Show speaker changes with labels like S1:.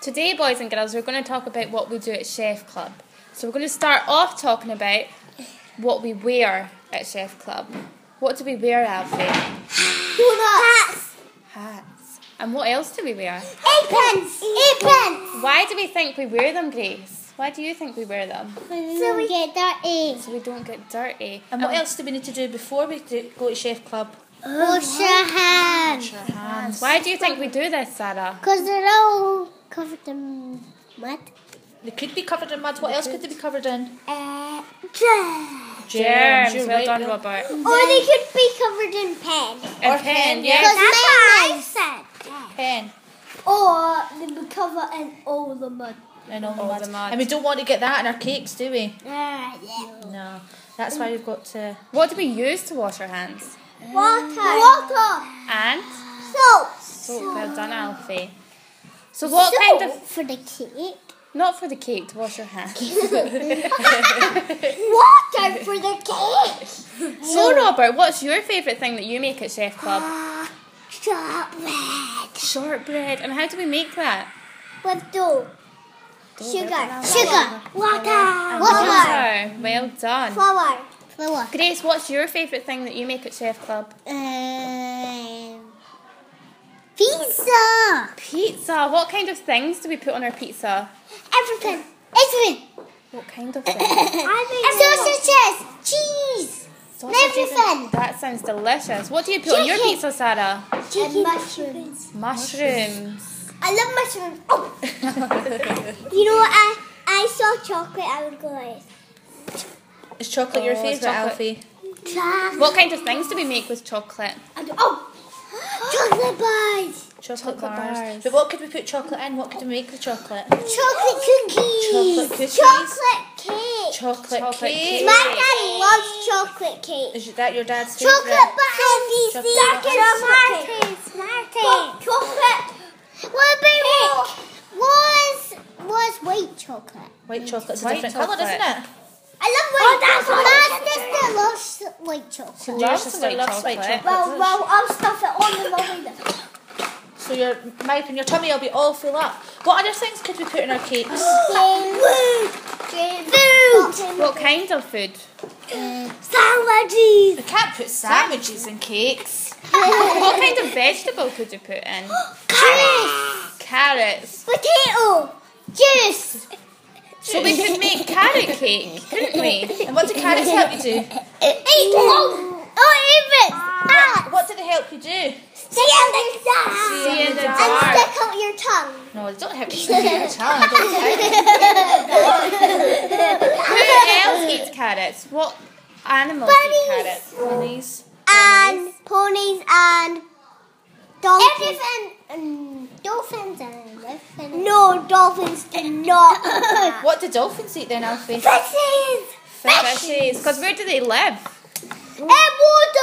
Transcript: S1: Today, boys and girls, we're going to talk about what we do at Chef Club. So, we're going to start off talking about what we wear at Chef Club. What do we wear, Alfie?
S2: Hats.
S1: Hats. And what else do we wear?
S2: Aprons. Aprons.
S1: Why do we think we wear them, Grace? Why do you think we wear them?
S2: So we get dirty.
S1: So we don't get dirty. Um,
S3: And what else do we need to do before we do, go to Chef Club?
S2: Oh, Wash your hands.
S1: hands. Why do you think we do this, Sarah?
S2: Because they're all covered in mud.
S3: They could be covered in mud. What else could they be covered in?
S2: Uh,
S1: Germs.
S3: You're
S1: Well
S3: right,
S1: done,
S3: Bill.
S1: Robert.
S2: or they could be covered in pen.
S1: Or
S3: pen, yeah.
S2: Because
S1: yes.
S2: my knife said pen.
S3: Pen
S2: Or they be covered in all the mud.
S3: and all,
S1: All
S3: the, mud.
S1: the mud.
S3: And we don't want to get that in our cakes, do we?
S2: Uh, yeah.
S3: No. That's why we've got to.
S1: What do we use to wash our hands?
S2: Water. Water.
S1: And
S2: Soap.
S1: soap. Oh, Well done, Alfie. So what kind of?
S2: for the cake?
S1: Not for the cake to wash your hands.
S2: Water for the cake.
S1: So Robert, what's your favourite thing that you make at Chef Club?
S2: Uh, chocolate.
S1: Shortbread. And how do we make that?
S2: With dough. Sugar.
S1: Sugar.
S2: Water.
S1: Oh Water. Well done.
S2: Flour. Flour.
S1: Grace, what's your favourite thing that you make at Chef Club?
S2: Um, pizza.
S1: Pizza. What kind of things do we put on our pizza?
S2: Everything. Everything.
S1: What kind of things?
S2: Sausages. Cheese.
S1: Sausages and-
S2: Everything.
S1: That sounds delicious. What do you put on your
S2: Chicken.
S1: pizza, Sarah?
S2: And mushrooms.
S1: Mushrooms.
S2: I love mushrooms. Oh. you know what? I, I saw chocolate. I would go like,
S3: Is chocolate your
S1: Oh,
S3: favourite,
S1: chocolate.
S3: Alfie?
S2: chocolate.
S1: What kind of things do we make with chocolate?
S2: And, oh. chocolate bars.
S3: Chocolate,
S1: Chocolate
S3: bars.
S1: bars.
S3: But what could we put chocolate in? What could we make with chocolate?
S2: Chocolate cookies.
S3: Chocolate cookies.
S2: Chocolate cake.
S3: Chocolate,
S1: Chocolate cake.
S3: cake.
S2: My dad loves chocolate cake.
S3: Is that your dad's favourite?
S2: Chocolate bars.
S3: Chocolate
S2: Dark and
S3: bars.
S2: Smarties. Chocolate. What about was was white chocolate?
S3: White chocolate's
S1: Mm.
S3: a
S1: White
S3: different
S1: chocolate.
S3: colour, isn't it?
S2: I love white chocolate. My sister loves white chocolate.
S3: Your
S1: Loves
S3: sister
S1: white
S3: loves white
S1: chocolate.
S3: chocolate.
S2: Well, well, I'll stuff it on the moment.
S3: So your mouth and your tummy will be all full up. What other things could we put in our cakes?
S1: What kind of food?
S3: We
S2: Sandwiches.
S3: can't put sandwiches in cakes.
S1: What kind of vegetable could you put in?
S2: Carrots.
S1: Carrots.
S2: Potato. Juice.
S1: So we could make carrot cake, couldn't we?
S3: And what do carrots help you do?
S2: Eat long. Oh, eat it. Salad.
S3: What do they help you do?
S2: Stay in the dark.
S1: See in the
S2: And
S1: dark.
S2: stick out your tongue.
S3: No, they don't help you stick out your tongue. I don't
S1: Who else
S3: think.
S1: eats carrots? What animals eat
S2: Bunnies.
S1: carrots?
S3: Bunnies.
S2: and ponies and dolphins. Elephant and dolphins and elephants. No, dolphins do not.
S3: What do dolphins eat then, Alfie?
S2: Fishes!
S1: Fishes. Because where do they live?
S2: And water!